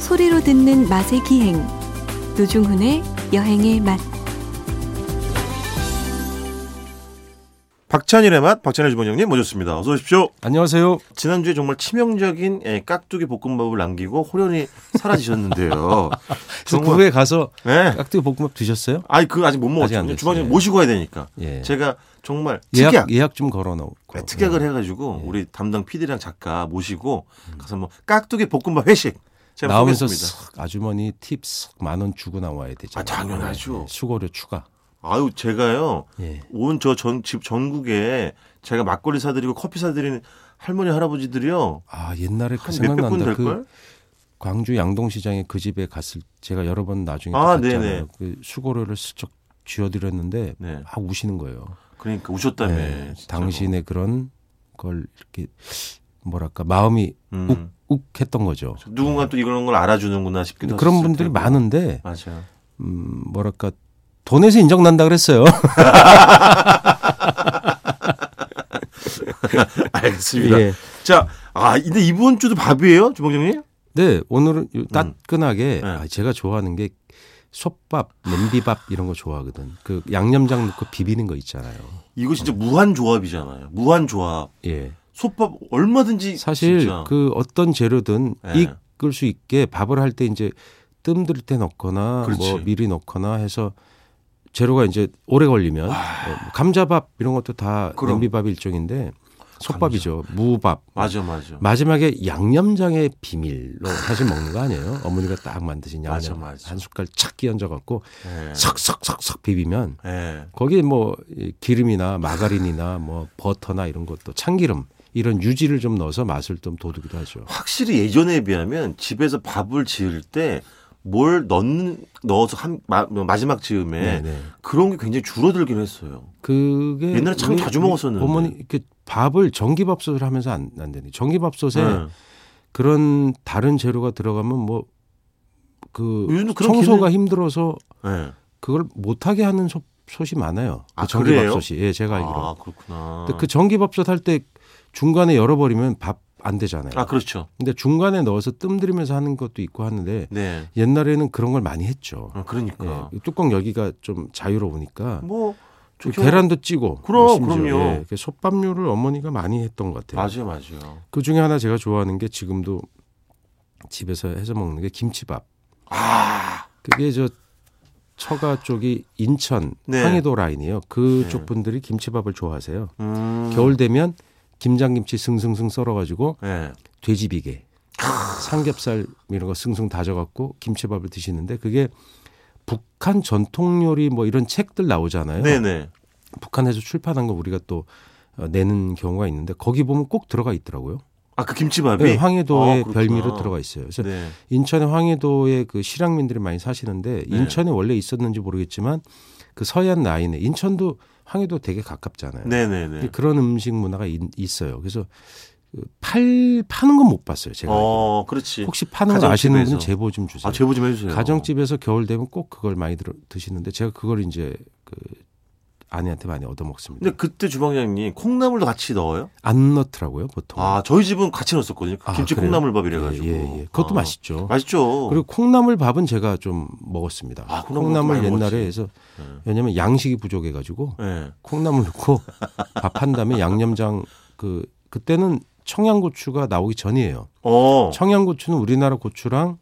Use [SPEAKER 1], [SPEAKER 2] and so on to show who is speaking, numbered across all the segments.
[SPEAKER 1] 소리로 듣는 맛의 기행 노중훈의 여행의 맛
[SPEAKER 2] 박찬일의 맛, 박찬일 주방장님 모셨습니다. 어서 오십시오.
[SPEAKER 3] 안녕하세요. 그
[SPEAKER 2] 지난주에 정말 치명적인 예, 깍두기 볶음밥을 남기고 호연히 사라지셨는데요.
[SPEAKER 3] 그
[SPEAKER 2] 정말-
[SPEAKER 3] 국에 가서
[SPEAKER 2] 네.
[SPEAKER 3] 깍두기 볶음밥 드셨어요?
[SPEAKER 2] 아니 그거 아직 못
[SPEAKER 3] 아직 안
[SPEAKER 2] 먹었죠.
[SPEAKER 3] 됐어요.
[SPEAKER 2] 주방장님
[SPEAKER 3] 예.
[SPEAKER 2] 모시고 와야 되니까.
[SPEAKER 3] 예.
[SPEAKER 2] 제가 정말 특약 예.
[SPEAKER 3] 예약 예약 좀 걸어놓고
[SPEAKER 2] 네, 특약을 해가지고 우리 담당 PD랑 작가 모시고 가서 뭐 깍두기 볶음밥 회식
[SPEAKER 3] 예.
[SPEAKER 2] 제가
[SPEAKER 3] 나오면서
[SPEAKER 2] 쏘겠습니다.
[SPEAKER 3] 싹 아주머니 팁 싹 만 원 주고 나와야 되죠.
[SPEAKER 2] 아, 당연하죠.
[SPEAKER 3] 수고료 추가.
[SPEAKER 2] 아유 제가요
[SPEAKER 3] 예.
[SPEAKER 2] 온 저 전 집 전국에 제가 막걸리 사드리고 커피 사드리는 할머니 할아버지들이요
[SPEAKER 3] 아 옛날에 그
[SPEAKER 2] 한 몇백 분
[SPEAKER 3] 생각난다. 그
[SPEAKER 2] 될걸?
[SPEAKER 3] 광주 양동시장에 그 집에 갔을 제가 여러 번 나중에
[SPEAKER 2] 아,
[SPEAKER 3] 갔잖아요.
[SPEAKER 2] 네네.
[SPEAKER 3] 그 수고료를 슬쩍 쥐어드렸는데
[SPEAKER 2] 네.
[SPEAKER 3] 막 우시는 거예요.
[SPEAKER 2] 그러니까 우셨다며.
[SPEAKER 3] 네,
[SPEAKER 2] 진짜로.
[SPEAKER 3] 당신의 그런 걸 이렇게 뭐랄까 마음이
[SPEAKER 2] 음.
[SPEAKER 3] 욱욱했던 거죠.
[SPEAKER 2] 누군가 또 이런 걸 알아주는구나
[SPEAKER 3] 근데
[SPEAKER 2] 싶기도
[SPEAKER 3] 그런
[SPEAKER 2] 했을
[SPEAKER 3] 분들이
[SPEAKER 2] 테고.
[SPEAKER 3] 많은데
[SPEAKER 2] 맞아요.
[SPEAKER 3] 음, 뭐랄까 돈에서 인정난다 그랬어요.
[SPEAKER 2] 알겠습니다.
[SPEAKER 3] 예.
[SPEAKER 2] 자, 아 근데 이번 주도 밥이에요, 주방장님?
[SPEAKER 3] 네 오늘은 요 따끈하게
[SPEAKER 2] 음. 네.
[SPEAKER 3] 아, 제가 좋아하는 게 솥밥, 냄비밥 이런 거 좋아하거든. 그 양념장 넣고 비비는 거 있잖아요.
[SPEAKER 2] 이거 진짜 무한 조합이잖아요. 무한 조합.
[SPEAKER 3] 예.
[SPEAKER 2] 솥밥 얼마든지
[SPEAKER 3] 사실
[SPEAKER 2] 진짜.
[SPEAKER 3] 그 어떤 재료든
[SPEAKER 2] 예.
[SPEAKER 3] 익을 수 있게 밥을 할 때 이제 뜸 들일 때 넣거나
[SPEAKER 2] 그렇지.
[SPEAKER 3] 뭐 미리 넣거나 해서 재료가 이제 오래 걸리면 어, 뭐 감자밥 이런 것도 다
[SPEAKER 2] 아. 그럼.
[SPEAKER 3] 냄비밥 일종인데 솥밥이죠. 무밥.
[SPEAKER 2] 맞아 맞아
[SPEAKER 3] 마지막에 양념장의 비밀로 사실 먹는 거 아니에요? 어머니가 딱 만드신
[SPEAKER 2] 아. 맞아,
[SPEAKER 3] 양념
[SPEAKER 2] 맞아.
[SPEAKER 3] 한 숟갈 착 끼얹어 갖고
[SPEAKER 2] 예.
[SPEAKER 3] 석석석석 비비면
[SPEAKER 2] 예.
[SPEAKER 3] 거기에 뭐 이 기름이나 마가린이나 뭐 버터나 이런 것도 참기름 이런 유지를 좀 넣어서 맛을 좀 돋우기도 하죠.
[SPEAKER 2] 확실히 예전에 비하면 집에서 밥을 지을 때 뭘 넣는 넣어서 한 마, 지막 즈음에
[SPEAKER 3] 네.
[SPEAKER 2] 그런 게 굉장히 줄어들긴 했어요.
[SPEAKER 3] 그게
[SPEAKER 2] 옛날에 참
[SPEAKER 3] 우리
[SPEAKER 2] 자주 먹었었는데.
[SPEAKER 3] 어머니 이렇게 밥을 전기밥솥을 하면서 안, 안 되니 전기밥솥에
[SPEAKER 2] 예.
[SPEAKER 3] 그런 다른 재료가 들어가면 뭐 그
[SPEAKER 2] 요즘도 그런
[SPEAKER 3] 청소가 힘들어서
[SPEAKER 2] 예.
[SPEAKER 3] 그걸 못하게 하는 소, 솥이 많아요. 그
[SPEAKER 2] 아,
[SPEAKER 3] 전기밥솥이. 예, 제가 알기로.
[SPEAKER 2] 아 그렇구나.
[SPEAKER 3] 근데 그 전기밥솥 할 때 중간에 열어버리면 밥 안 되잖아요.
[SPEAKER 2] 아 그렇죠.
[SPEAKER 3] 근데 중간에 넣어서 뜸들이면서 하는 것도 있고 하는데
[SPEAKER 2] 네.
[SPEAKER 3] 옛날에는 그런 걸 많이 했죠.
[SPEAKER 2] 어, 그러니까
[SPEAKER 3] 예, 뚜껑 열기가 좀 자유로우니까
[SPEAKER 2] 뭐
[SPEAKER 3] 그
[SPEAKER 2] 좋게
[SPEAKER 3] 계란도 찌고
[SPEAKER 2] 그럼,
[SPEAKER 3] 뭐 심지어,
[SPEAKER 2] 그럼요.
[SPEAKER 3] 예, 그 솥밥류를 어머니가 많이 했던 것 같아요.
[SPEAKER 2] 맞아요, 맞아요.
[SPEAKER 3] 그 중에 하나 제가 좋아하는 게 지금도 집에서 해서 먹는 게 김치밥.
[SPEAKER 2] 아,
[SPEAKER 3] 그게 저 처가 쪽이 인천
[SPEAKER 2] 네.
[SPEAKER 3] 황해도 라인이에요. 그쪽
[SPEAKER 2] 네.
[SPEAKER 3] 분들이 김치밥을 좋아하세요.
[SPEAKER 2] 음.
[SPEAKER 3] 겨울 되면 김장김치 승승승 썰어가지고
[SPEAKER 2] 예.
[SPEAKER 3] 돼지비계, 삼겹살 이런 거 승승 다져갖고 김치밥을 드시는데 그게 북한 전통 요리 뭐 이런 책들 나오잖아요.
[SPEAKER 2] 네네.
[SPEAKER 3] 북한에서 출판한 거 우리가 또 어, 내는 경우가 있는데 거기 보면 꼭 들어가 있더라고요.
[SPEAKER 2] 아 그 김치밥이
[SPEAKER 3] 네, 황해도의
[SPEAKER 2] 아, 그렇구나.
[SPEAKER 3] 별미로 들어가 있어요. 그래서
[SPEAKER 2] 네.
[SPEAKER 3] 인천의 황해도에 그 실향민들이 많이 사시는데
[SPEAKER 2] 네.
[SPEAKER 3] 인천에 원래 있었는지 모르겠지만 그 서해안 라인에 인천도 황해도 되게 가깝잖아요.
[SPEAKER 2] 네네네.
[SPEAKER 3] 그런 음식 문화가 있, 있어요. 그래서 그팔 파는 건 못 봤어요. 제가
[SPEAKER 2] 어, 그렇지.
[SPEAKER 3] 혹시 파는 거 아시는
[SPEAKER 2] 가정집에서.
[SPEAKER 3] 분은 제보 좀 주세요.
[SPEAKER 2] 아 제보 좀 해주세요.
[SPEAKER 3] 가정집에서 겨울 되면 꼭 그걸 많이 들 드시는데 제가 그걸 이제 그 아내한테 많이 얻어 먹습니다.
[SPEAKER 2] 근데 그때 주방장님 콩나물도 같이 넣어요?
[SPEAKER 3] 안 넣더라고요 보통.
[SPEAKER 2] 아 저희 집은 같이 넣었었거든요. 그
[SPEAKER 3] 어. 아,
[SPEAKER 2] 김치
[SPEAKER 3] 그래요?
[SPEAKER 2] 콩나물밥이래가지고.
[SPEAKER 3] 예, 예, 예. 그것도
[SPEAKER 2] 아,
[SPEAKER 3] 맛있죠.
[SPEAKER 2] 맛있죠.
[SPEAKER 3] 그리고 콩나물 밥은 제가 좀 먹었습니다.
[SPEAKER 2] 아, 콩나물도
[SPEAKER 3] 콩나물
[SPEAKER 2] 많이
[SPEAKER 3] 옛날에
[SPEAKER 2] 먹었지.
[SPEAKER 3] 해서
[SPEAKER 2] 예.
[SPEAKER 3] 왜냐면 양식이 부족해가지고
[SPEAKER 2] 예.
[SPEAKER 3] 콩나물 넣고 밥 한 다음에 양념장 그 그때는 청양고추가 나오기 전이에요.
[SPEAKER 2] 어
[SPEAKER 3] 청양고추는 우리나라 고추랑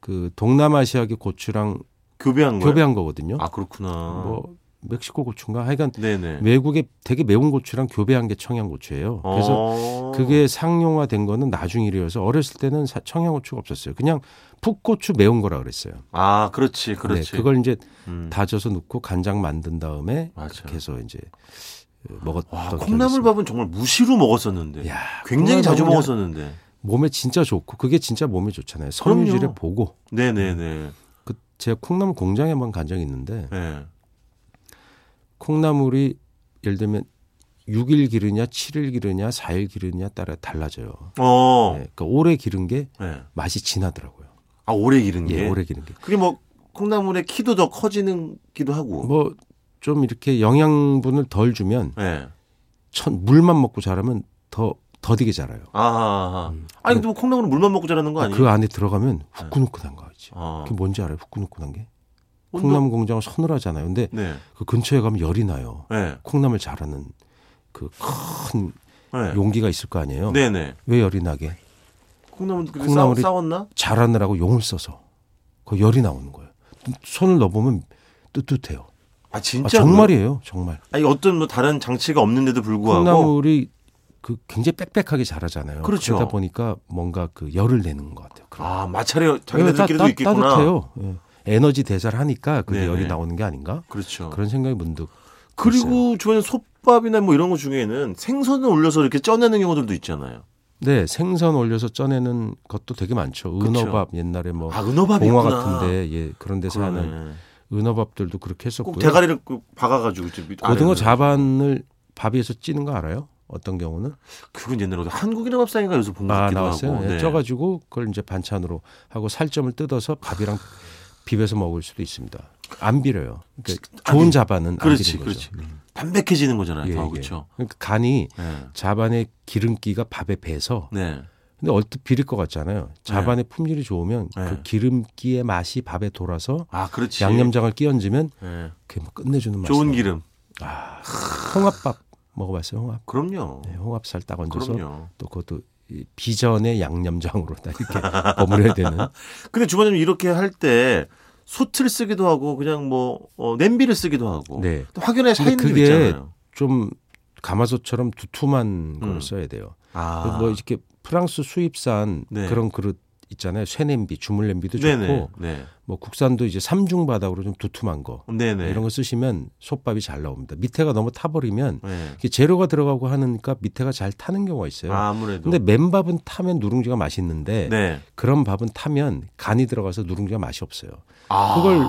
[SPEAKER 3] 그 동남아시아계 고추랑
[SPEAKER 2] 교배한 거예요.
[SPEAKER 3] 교배한 거거든요.
[SPEAKER 2] 아 그렇구나.
[SPEAKER 3] 뭐 멕시코 고추인가 하여간
[SPEAKER 2] 네네.
[SPEAKER 3] 외국의 되게 매운 고추랑 교배한 게 청양고추예요. 그래서
[SPEAKER 2] 어.
[SPEAKER 3] 그게 상용화된 거는 나중 일이어서 어렸을 때는 사- 청양고추가 없었어요. 그냥 풋고추 매운 거라 그랬어요.
[SPEAKER 2] 아 그렇지 그렇지.
[SPEAKER 3] 네, 그걸 이제
[SPEAKER 2] 음.
[SPEAKER 3] 다져서 넣고 간장 만든 다음에
[SPEAKER 2] 맞아.
[SPEAKER 3] 그렇게 해서 이제 어, 먹었던
[SPEAKER 2] 와
[SPEAKER 3] 기억이 있습니다.
[SPEAKER 2] 콩나물밥은 정말 무시로 먹었었는데.
[SPEAKER 3] 야,
[SPEAKER 2] 굉장히
[SPEAKER 3] 콩나물밥은
[SPEAKER 2] 자주
[SPEAKER 3] 그냥
[SPEAKER 2] 먹었었는데.
[SPEAKER 3] 몸에 진짜 좋고 그게 진짜 몸에 좋잖아요. 섬유질에
[SPEAKER 2] 그럼요.
[SPEAKER 3] 보고
[SPEAKER 2] 네네네.
[SPEAKER 3] 그 제가 콩나물 공장에 한번 간 적이 있는데
[SPEAKER 2] 예.
[SPEAKER 3] 콩나물이 예를 들면 6일 기르냐 7일 기르냐 4일 기르냐 따라 달라져요.
[SPEAKER 2] 어.
[SPEAKER 3] 네, 그러니까 오래 기른 게
[SPEAKER 2] 예.
[SPEAKER 3] 맛이 진하더라고요.
[SPEAKER 2] 아 오래 기른
[SPEAKER 3] 예,
[SPEAKER 2] 게.
[SPEAKER 3] 오래 기른 게.
[SPEAKER 2] 그게 뭐 콩나물의 키도 더 커지는기도 하고.
[SPEAKER 3] 뭐 좀 이렇게 영양분을 덜 주면
[SPEAKER 2] 예.
[SPEAKER 3] 천 물만 먹고 자라면 더 더디게 자라요.
[SPEAKER 2] 아, 아니 근데 뭐 콩나물은 물만 먹고 자라는 거 아니에요?
[SPEAKER 3] 음.
[SPEAKER 2] 네.
[SPEAKER 3] 그 안에 들어가면 후끈후끈한 거 있지.
[SPEAKER 2] 아.
[SPEAKER 3] 그게 뭔지 알아요? 후끈후끈한 게?
[SPEAKER 2] 온도-
[SPEAKER 3] 콩나물 공장은 서늘하잖아요. 근데
[SPEAKER 2] 네,
[SPEAKER 3] 그 근처에 가면 열이 나요.
[SPEAKER 2] 네,
[SPEAKER 3] 콩나물 자라는 그 큰
[SPEAKER 2] 네,
[SPEAKER 3] 용기가 있을 거 아니에요.
[SPEAKER 2] 네, 네.
[SPEAKER 3] 왜 열이 나게?
[SPEAKER 2] 콩나물 그렇게
[SPEAKER 3] 콩나물이- 아,
[SPEAKER 2] 싸, 싸웠나?
[SPEAKER 3] 자라느라고 용을 써서 그 열이 나오는 거예요. 손을 넣어보면 뜨뜻해요.
[SPEAKER 2] 아
[SPEAKER 3] 아,
[SPEAKER 2] 진짜
[SPEAKER 3] 정말이에요, 정말.
[SPEAKER 2] 아니 어떤 뭐 다른 장치가 없는데도 불구하고
[SPEAKER 3] 콩나물이 그 굉장히 빽빽하게 자라잖아요.
[SPEAKER 2] 그렇죠.
[SPEAKER 3] 러다 보니까 뭔가 그 열을 내는 것 같아요. 그런
[SPEAKER 2] 아 마찰이
[SPEAKER 3] 예, 따-
[SPEAKER 2] 자기네들끼리도
[SPEAKER 3] 따-
[SPEAKER 2] 있겠구나.
[SPEAKER 3] 따뜻해요. 예. 에너지 대사를 하니까 그게
[SPEAKER 2] 네네.
[SPEAKER 3] 열이 나오는 게 아닌가?
[SPEAKER 2] 그렇죠.
[SPEAKER 3] 그런 생각이 문득.
[SPEAKER 2] 그리고 주변에 솥밥이나 뭐 이런 거 중에는 생선을 올려서 이렇게 쪄내는 경우들도 있잖아요.
[SPEAKER 3] 네, 생선 올려서 쪄내는 것도 되게 많죠.
[SPEAKER 2] 그쵸.
[SPEAKER 3] 은어밥 옛날에 뭐
[SPEAKER 2] 아 은어밥이
[SPEAKER 3] 봉화
[SPEAKER 2] 있구나.
[SPEAKER 3] 같은데 예, 그런 데서 하는
[SPEAKER 2] 그러네.
[SPEAKER 3] 은어밥들도 그렇게 했었고요.
[SPEAKER 2] 꼭 대가리를 그 박아가지고 이제 밑-
[SPEAKER 3] 고등어
[SPEAKER 2] 아래를. 네.
[SPEAKER 3] 자반을 밥 위에서 찌는 거 알아요? 어떤 경우는
[SPEAKER 2] 그건 옛날에 어디 한국인의 밥상인가 음, 여기서 본것
[SPEAKER 3] 아
[SPEAKER 2] 같기도
[SPEAKER 3] 나왔어요.
[SPEAKER 2] 하고. 네.
[SPEAKER 3] 예, 쪄가지고 그걸 이제 반찬으로 하고 살점을 뜯어서 밥이랑 비벼서 먹을 수도 있습니다. 안 비려요. 그러니까
[SPEAKER 2] 아니,
[SPEAKER 3] 좋은 자반은
[SPEAKER 2] 그렇지,
[SPEAKER 3] 안 비린 거죠.
[SPEAKER 2] 그렇지. 담백해지는 거잖아요.
[SPEAKER 3] 예,
[SPEAKER 2] 아,
[SPEAKER 3] 예.
[SPEAKER 2] 그렇죠.
[SPEAKER 3] 그러니까 간이
[SPEAKER 2] 네.
[SPEAKER 3] 자반의 기름기가 밥에 배서
[SPEAKER 2] 네.
[SPEAKER 3] 근데 얼뜻 비릴 것 같잖아요. 자반의 품질이 좋으면
[SPEAKER 2] 네.
[SPEAKER 3] 그 기름기의 맛이 밥에 돌아서
[SPEAKER 2] 아 그렇지.
[SPEAKER 3] 양념장을 끼얹으면
[SPEAKER 2] 예.
[SPEAKER 3] 그게 뭐 끝내주는 맛이
[SPEAKER 2] 좋은
[SPEAKER 3] 나요.
[SPEAKER 2] 기름.
[SPEAKER 3] 아, 홍합밥 먹어봤어요. 홍합.
[SPEAKER 2] 그럼요.
[SPEAKER 3] 네, 홍합살 딱 얹어서
[SPEAKER 2] 그럼요.
[SPEAKER 3] 또 그것도 이 비전의 양념장으로 다 이렇게 버무려야 되는.
[SPEAKER 2] 근데 주방장님 이렇게 할 때 솥을 쓰기도 하고 그냥 뭐 어, 냄비를 쓰기도 하고
[SPEAKER 3] 네.
[SPEAKER 2] 또 확연하게 차
[SPEAKER 3] 근데
[SPEAKER 2] 있는 게
[SPEAKER 3] 그게
[SPEAKER 2] 있잖아요.
[SPEAKER 3] 좀 가마솥처럼 두툼한 걸
[SPEAKER 2] 음.
[SPEAKER 3] 써야 돼요.
[SPEAKER 2] 아,
[SPEAKER 3] 뭐 이렇게 프랑스 수입산
[SPEAKER 2] 네.
[SPEAKER 3] 그런 그릇 있잖아요. 쇠냄비, 주물냄비도
[SPEAKER 2] 네네,
[SPEAKER 3] 좋고
[SPEAKER 2] 네,
[SPEAKER 3] 뭐 국산도 이제 삼중 바닥으로 좀 두툼한 거
[SPEAKER 2] 네네.
[SPEAKER 3] 이런 거 쓰시면 솥밥이 잘 나옵니다. 밑에가 너무 타버리면
[SPEAKER 2] 네.
[SPEAKER 3] 이게 재료가 들어가고 하니까 밑에가 잘 타는 경우가 있어요.
[SPEAKER 2] 아, 아무래도.
[SPEAKER 3] 근데 맨밥은 타면 누룽지가 맛있는데
[SPEAKER 2] 네.
[SPEAKER 3] 그런 밥은 타면 간이 들어가서 누룽지가 맛이 없어요.
[SPEAKER 2] 아,
[SPEAKER 3] 그걸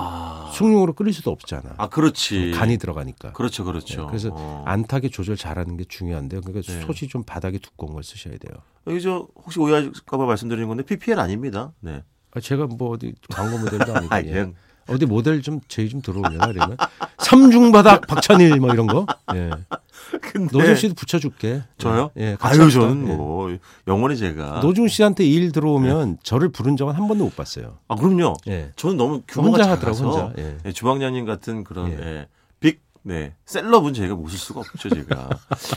[SPEAKER 3] 숭늉으로 끓일 수도 없잖아.
[SPEAKER 2] 아 그렇지.
[SPEAKER 3] 간이 들어가니까.
[SPEAKER 2] 그렇죠, 그렇죠.
[SPEAKER 3] 네, 그래서
[SPEAKER 2] 어.
[SPEAKER 3] 안타게 조절 잘하는 게 중요한데요. 그러니까
[SPEAKER 2] 네.
[SPEAKER 3] 솥이 좀 바닥이 두꺼운 걸 쓰셔야 돼요.
[SPEAKER 2] 여기 저 혹시 오해하실까봐 말씀드리는 건데 PPL 아닙니다. 네.
[SPEAKER 3] 아, 제가 뭐 어디 광고 모델도 아니고
[SPEAKER 2] 아,
[SPEAKER 3] 예.
[SPEAKER 2] 예.
[SPEAKER 3] 어디 모델 좀 제의 좀 들어오려나 이러면 삼중바닥 박찬일 뭐 이런 거. 예.
[SPEAKER 2] 근데
[SPEAKER 3] 노중 씨도 붙여줄게.
[SPEAKER 2] 네. 저요?
[SPEAKER 3] 예. 같이
[SPEAKER 2] 아유
[SPEAKER 3] 합시다.
[SPEAKER 2] 저는
[SPEAKER 3] 예.
[SPEAKER 2] 뭐 영원히 제가.
[SPEAKER 3] 노중 씨한테 일
[SPEAKER 2] 예.
[SPEAKER 3] 들어오면 저를 부른 적은 한 번도 못 봤어요.
[SPEAKER 2] 아 그럼요.
[SPEAKER 3] 예.
[SPEAKER 2] 저는 너무 규모가
[SPEAKER 3] 혼자
[SPEAKER 2] 작아서
[SPEAKER 3] 하더라고 혼자. 예.
[SPEAKER 2] 네, 주방장님 같은 그런
[SPEAKER 3] 예.
[SPEAKER 2] 예, 빅 네, 셀럽은 저희가 모실 수가 없죠, 제가.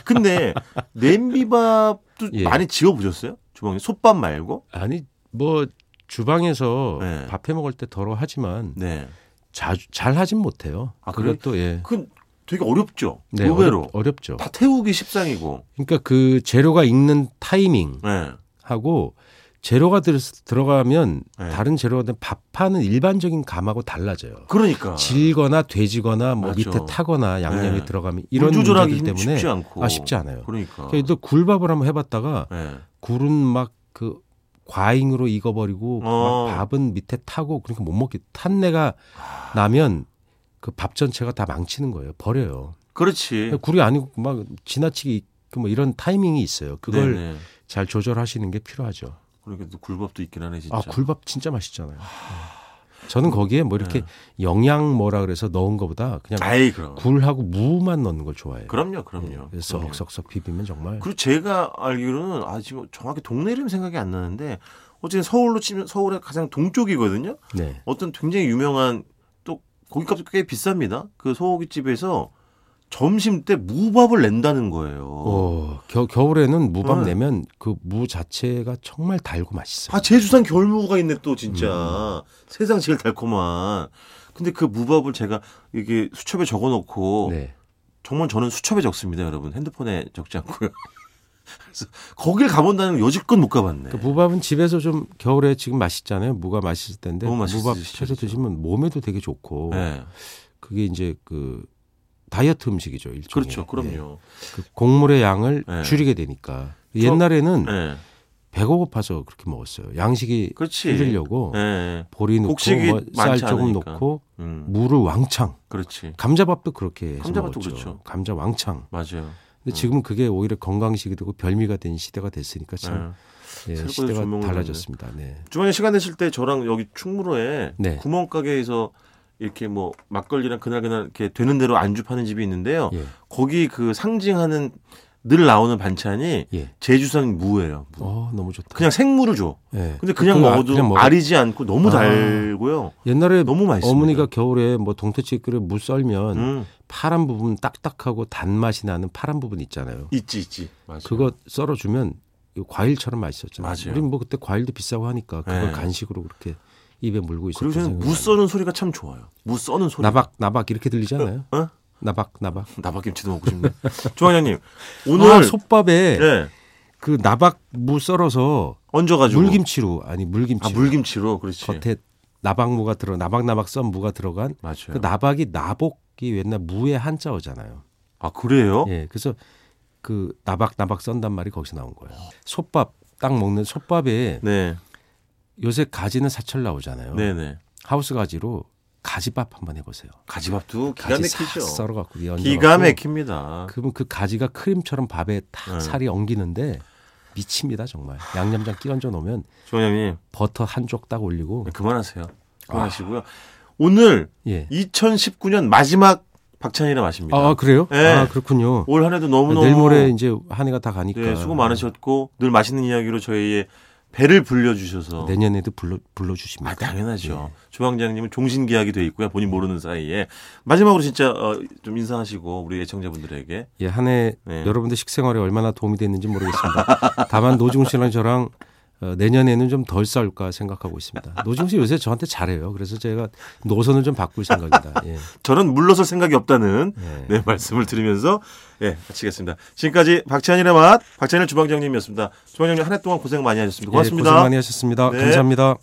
[SPEAKER 2] 근데 냄비밥도
[SPEAKER 3] 예.
[SPEAKER 2] 많이 지어 보셨어요? 주방에 솥밥 말고?
[SPEAKER 3] 아니 뭐 주방에서
[SPEAKER 2] 네.
[SPEAKER 3] 밥해 먹을 때 더러 하지만
[SPEAKER 2] 네.
[SPEAKER 3] 자주 잘 하진 못해요.
[SPEAKER 2] 아, 그래요?
[SPEAKER 3] 그것도 예.
[SPEAKER 2] 그건 되게 어렵죠.
[SPEAKER 3] 네,
[SPEAKER 2] 의외로.
[SPEAKER 3] 어렵, 죠
[SPEAKER 2] 다 태우기 십상이고.
[SPEAKER 3] 그러니까 그 재료가 익는 타이밍
[SPEAKER 2] 네. 하고
[SPEAKER 3] 하고 재료가 들, 들어가면
[SPEAKER 2] 네.
[SPEAKER 3] 다른 재료가 든 밥하는 일반적인 감하고 달라져요.
[SPEAKER 2] 그러니까.
[SPEAKER 3] 질거나 돼지거나 뭐
[SPEAKER 2] 맞죠.
[SPEAKER 3] 밑에 타거나 양념이
[SPEAKER 2] 네.
[SPEAKER 3] 들어가면
[SPEAKER 2] 물
[SPEAKER 3] 이런
[SPEAKER 2] 조절하기
[SPEAKER 3] 문제들
[SPEAKER 2] 힘-
[SPEAKER 3] 때문에
[SPEAKER 2] 쉽지 않고.
[SPEAKER 3] 아 쉽지 않아요.
[SPEAKER 2] 그러니까.
[SPEAKER 3] 그러니까 또 굴밥을 한번 해봤다가
[SPEAKER 2] 네.
[SPEAKER 3] 굴은 막 그 과잉으로 익어버리고
[SPEAKER 2] 어.
[SPEAKER 3] 막 밥은 밑에 타고 그러니까 못 먹게 탄내가 나면 그 밥 전체가 다 망치는 거예요. 버려요.
[SPEAKER 2] 그렇지.
[SPEAKER 3] 굴이 아니고 막 지나치게 익고 뭐 이런 타이밍이 있어요. 그걸
[SPEAKER 2] 네네.
[SPEAKER 3] 잘 조절하시는 게 필요하죠.
[SPEAKER 2] 그러니까 또 굴밥도 있긴 하네 진짜.
[SPEAKER 3] 아 굴밥 진짜 맛있잖아요. 저는 거기에 뭐 이렇게 영양 뭐라 그래서 넣은 거보다 그냥
[SPEAKER 2] 네. 아이 그럼.
[SPEAKER 3] 굴하고 무만 넣는 걸 좋아해요.
[SPEAKER 2] 그럼요,
[SPEAKER 3] 예,
[SPEAKER 2] 그럼요.
[SPEAKER 3] 그래서
[SPEAKER 2] 그럼요.
[SPEAKER 3] 석석석 비비면 정말
[SPEAKER 2] 그리고 제가 알기로는 아 지금 정확히 동네 이름 생각이 안 나는데 어쨌든 서울로 치면 서울의 가장 동쪽이거든요.
[SPEAKER 3] 네.
[SPEAKER 2] 어떤 굉장히 유명한 또 고깃값도 꽤 비쌉니다. 그 소고기집에서 점심 때 무밥을 낸다는 거예요.
[SPEAKER 3] 어, 겨, 겨울에는 무밥
[SPEAKER 2] 네.
[SPEAKER 3] 내면 그 무 자체가 정말 달고 맛있어요.
[SPEAKER 2] 아 제주산 겨울무가 있네 또 진짜
[SPEAKER 3] 음.
[SPEAKER 2] 세상 제일 달콤한. 근데 그 무밥을 제가 이게 수첩에 적어놓고
[SPEAKER 3] 네.
[SPEAKER 2] 정말 저는 수첩에 적습니다, 여러분. 핸드폰에 적지 않고요. 그래서 거길 가본다는 거 여지껏 못 가봤네.
[SPEAKER 3] 그 무밥은 집에서 좀 겨울에 지금 맛있잖아요. 무가 맛있을 텐데
[SPEAKER 2] 너무
[SPEAKER 3] 무밥
[SPEAKER 2] 맛있으시죠,
[SPEAKER 3] 해서
[SPEAKER 2] 진짜.
[SPEAKER 3] 드시면 몸에도 되게 좋고
[SPEAKER 2] 네.
[SPEAKER 3] 그게 이제 그 다이어트 음식이죠 일종의.
[SPEAKER 2] 그렇죠,
[SPEAKER 3] 예.
[SPEAKER 2] 그럼요.
[SPEAKER 3] 그 곡물의 양을
[SPEAKER 2] 네.
[SPEAKER 3] 줄이게 되니까
[SPEAKER 2] 저-
[SPEAKER 3] 옛날에는
[SPEAKER 2] 네.
[SPEAKER 3] 배가 고파서 그렇게 먹었어요. 양식이
[SPEAKER 2] 그렇지.
[SPEAKER 3] 줄이려고
[SPEAKER 2] 예.
[SPEAKER 3] 보리 넣고
[SPEAKER 2] 곡식이
[SPEAKER 3] 뭐 쌀
[SPEAKER 2] 많지
[SPEAKER 3] 조금
[SPEAKER 2] 않으니까.
[SPEAKER 3] 넣고
[SPEAKER 2] 음.
[SPEAKER 3] 물을 왕창
[SPEAKER 2] 그렇지.
[SPEAKER 3] 감자밥도 그렇게 해서
[SPEAKER 2] 감자밥도
[SPEAKER 3] 먹었죠.
[SPEAKER 2] 그렇죠.
[SPEAKER 3] 감자 왕창.
[SPEAKER 2] 맞아요.
[SPEAKER 3] 근데 지금은 그게 오히려 건강식이 되고 별미가 된 시대가 됐으니까 참
[SPEAKER 2] 예.
[SPEAKER 3] 예,
[SPEAKER 2] 새롭게
[SPEAKER 3] 시대가
[SPEAKER 2] 조명을
[SPEAKER 3] 달라졌습니다. 네.
[SPEAKER 2] 주말에 시간 되실 때 저랑 여기 충무로에
[SPEAKER 3] 네.
[SPEAKER 2] 구멍가게에서 이렇게 뭐 어. 막걸리랑 그날그날 이렇게 되는 대로 안주 파는 집이 있는데요.
[SPEAKER 3] 예.
[SPEAKER 2] 거기 그 상징하는 늘 나오는 반찬이
[SPEAKER 3] 예.
[SPEAKER 2] 제주산 무예요. 무.
[SPEAKER 3] 어 너무 좋다.
[SPEAKER 2] 그냥 생무를 줘.
[SPEAKER 3] 예.
[SPEAKER 2] 근데 그냥
[SPEAKER 3] 그건 아-
[SPEAKER 2] 먹어도
[SPEAKER 3] 그냥 먹어.
[SPEAKER 2] 아리지 않고 너무
[SPEAKER 3] 아.
[SPEAKER 2] 달고요.
[SPEAKER 3] 옛날에
[SPEAKER 2] 너무 맛있습니다.
[SPEAKER 3] 어머니가 겨울에 뭐 동태찌개 끓여 무 썰면
[SPEAKER 2] 음,
[SPEAKER 3] 파란 부분 딱딱하고 단맛이 나는 파란 부분 있잖아요.
[SPEAKER 2] 있지 있지. 맞아요.
[SPEAKER 3] 그거 썰어주면 이 과일처럼 맛있었잖아요.
[SPEAKER 2] 맞아요.
[SPEAKER 3] 우리 뭐 그때 과일도 비싸고 하니까 그걸
[SPEAKER 2] 네.
[SPEAKER 3] 간식으로 그렇게 입에 물고 있었던
[SPEAKER 2] 그리고 저는 무
[SPEAKER 3] 생각이 나요.
[SPEAKER 2] 써는 소리가 참 좋아요. 무 써는 소리.
[SPEAKER 3] 나박 나박 이렇게 들리잖아요.
[SPEAKER 2] 어?
[SPEAKER 3] 나박 나박.
[SPEAKER 2] 나박김치도 먹고 싶네. 조한장님 오늘
[SPEAKER 3] 아, 솥밥에
[SPEAKER 2] 예,
[SPEAKER 3] 그 나박 무 썰어서
[SPEAKER 2] 얹어가지고
[SPEAKER 3] 물김치로 아니 물김치
[SPEAKER 2] 아 물김치로 그렇지.
[SPEAKER 3] 겉에 나박무가 들어 나박나박 썬 무가 들어간
[SPEAKER 2] 맞아요.
[SPEAKER 3] 그 나박이 나복이 옛날 무의 한자어잖아요.
[SPEAKER 2] 아 그래요?
[SPEAKER 3] 예, 그래서 그 나박나박 썬단 말이 거기서 나온 거예요. 솥밥 딱 먹는 솥밥에
[SPEAKER 2] 네,
[SPEAKER 3] 요새 가지는 사철 나오잖아요.
[SPEAKER 2] 네, 네.
[SPEAKER 3] 하우스 가지로 가지밥 한번 해보세요.
[SPEAKER 2] 가지밥도 기가
[SPEAKER 3] 가지 싹
[SPEAKER 2] 막히죠.
[SPEAKER 3] 썰어갖고 위에
[SPEAKER 2] 기가
[SPEAKER 3] 얹어갖고
[SPEAKER 2] 막힙니다.
[SPEAKER 3] 그러면 그 가지가 크림처럼 밥에 탁
[SPEAKER 2] 네.
[SPEAKER 3] 살이 엉기는데 미칩니다 정말. 양념장 끼얹어 놓으면
[SPEAKER 2] 조원장님
[SPEAKER 3] 버터 한 쪽 딱 올리고
[SPEAKER 2] 네, 그만하세요. 그만하시고요. 오늘
[SPEAKER 3] 아. 예.
[SPEAKER 2] 2019년 마지막 박찬일의 맛입니다.
[SPEAKER 3] 아 그래요?
[SPEAKER 2] 예.
[SPEAKER 3] 아 그렇군요.
[SPEAKER 2] 올 한해도 너무 너무
[SPEAKER 3] 내일 모레 이제 한 해가 다 가니까
[SPEAKER 2] 네, 수고 많으셨고 늘 맛있는 이야기로 저희의 배를 불려주셔서
[SPEAKER 3] 내년에도 불러 불러 주십니까?
[SPEAKER 2] 아, 당연하죠.
[SPEAKER 3] 네.
[SPEAKER 2] 주방장님은 종신계약이 돼 있고요. 본인 모르는 사이에. 마지막으로 진짜 어, 좀 인사하시고 우리 애청자분들에게.
[SPEAKER 3] 예, 한 해
[SPEAKER 2] 네.
[SPEAKER 3] 여러분들 식생활에 얼마나 도움이 됐는지 모르겠습니다. 다만 노중 씨랑 저랑 어, 내년에는 좀 덜 싸울까 생각하고 있습니다. 노중 씨 요새 저한테 잘해요. 그래서 제가 노선을 좀 바꿀 생각이다. 예.
[SPEAKER 2] 저는 물러설 생각이 없다는
[SPEAKER 3] 네.
[SPEAKER 2] 네, 말씀을 드리면서 예, 마치겠습니다. 지금까지 박찬일의 맛, 박찬일 주방장님이었습니다. 주방장님 한 해 동안 고생 많이 하셨습니다.
[SPEAKER 3] 예,
[SPEAKER 2] 고맙습니다.
[SPEAKER 3] 고생 많이 하셨습니다.
[SPEAKER 2] 네.
[SPEAKER 3] 감사합니다.